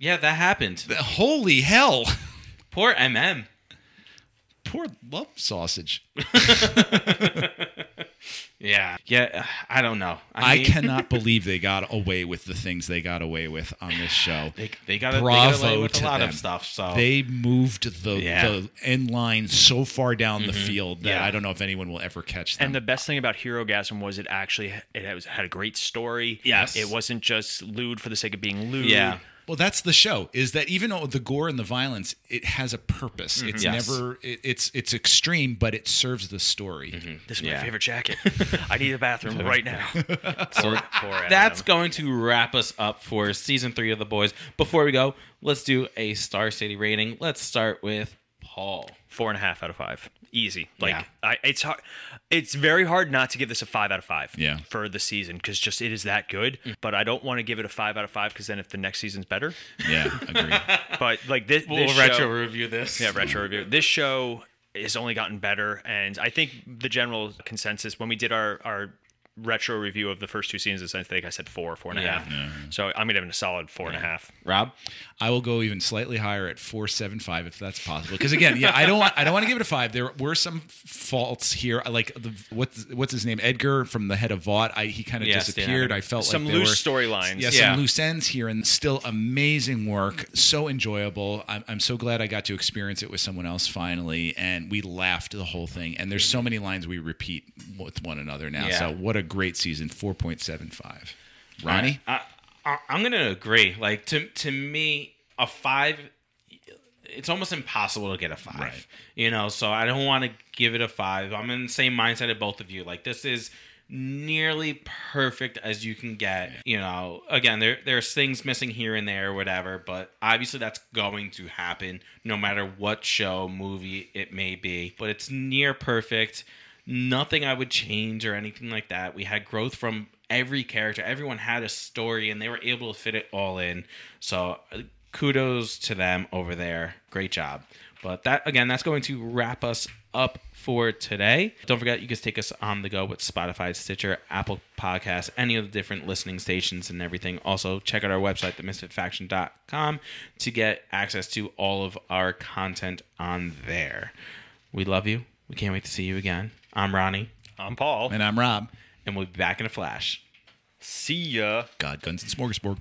S3: Yeah, that happened.
S5: Holy hell!
S3: Poor MM.
S5: Poor love sausage.
S3: Yeah. Yeah. uh, I don't know.
S5: I,
S3: mean,
S5: cannot believe they got away with the things they got away with on this show.
S3: They, they got a,
S5: Bravo
S3: they got away with
S5: to
S3: a lot
S5: them.
S3: of stuff. So
S5: They moved the,
S3: Yeah. Mm-hmm.
S5: the end line so far down the field that
S3: Yeah.
S5: I don't know if anyone will ever catch them.
S4: And the best thing about Hero Gasm was it actually it was, had a great story.
S3: Yes.
S4: It wasn't just lewd for the sake of being lewd.
S3: Yeah.
S5: Well, that's the show. Is that even though the gore and the violence, it has a purpose. It's
S3: Mm-hmm. Yes.
S5: never. It, it's it's extreme, but it serves the story.
S4: This is my
S3: Yeah.
S4: favorite jacket. I need a bathroom right now. Poor- poor Adam.
S3: that's going to wrap us up for season three of The Boys. Before we go, let's do a Star City rating. Let's start with Paul.
S4: four and a half out of five. Easy. Like
S3: Yeah.
S4: I, it's hard. It's very hard not to give this a five out of five.
S5: Yeah.
S4: For the season, because just it is that good. But I don't want to give it a five out of five because then if the next season's better.
S5: Yeah, agreed.
S4: But like this,
S3: We'll
S4: this
S3: retro
S4: show-
S3: review this.
S4: Yeah, retro review. This show has only gotten better, and I think the general consensus when we did our our retro review of the first two seasons, I think I said four, four and a
S3: Yeah.
S4: half. So I'm gonna give it a solid four and a half.
S3: Rob.
S5: I will go even slightly higher at four seven five if that's possible. Because again, yeah, I don't want I don't want to give it a five. There were some faults here, like the, what's what's his name Edgar from the head of Vought. I, he kind of
S3: Yeah, Stan
S5: disappeared.
S3: Edgar.
S5: I felt
S4: Some
S5: like there
S4: loose
S5: were-
S4: storylines.
S5: Yeah,
S3: Yeah.
S5: some loose ends here, and still amazing work. So enjoyable. I'm, I'm so glad I got to experience it with someone else finally, and we laughed the whole thing. And there's so many lines we repeat with one another now.
S3: Yeah.
S5: So what a great season. Four point seven five. Ronnie,
S3: I, I, I'm gonna agree. Like to to me, a five. It's almost impossible to get a five.
S5: Right.
S3: You know, so I don't want to give it a five. I'm in the same mindset of both of you. Like this is nearly perfect as you can get. You know, again, there there's things missing here and there, whatever, but obviously that's going to happen no matter what show, movie it may be. But it's near perfect. Nothing I would change or anything like that. We had growth from every character. Everyone had a story and they were able to fit it all in. So uh, kudos to them over there. Great job. But that again, that's going to wrap us up for today. Don't forget, you can take us on the go with Spotify, Stitcher, Apple Podcasts, any of the different listening stations and everything. Also, check out our website, themisfitfaction.com, to get access to all of our content on there. We love you. We can't wait to see you again. I'm Ronnie,
S4: I'm Paul.
S5: and I'm Rob.
S3: and we'll be back in a flash.
S4: See ya.
S5: God, guns and smorgasbord.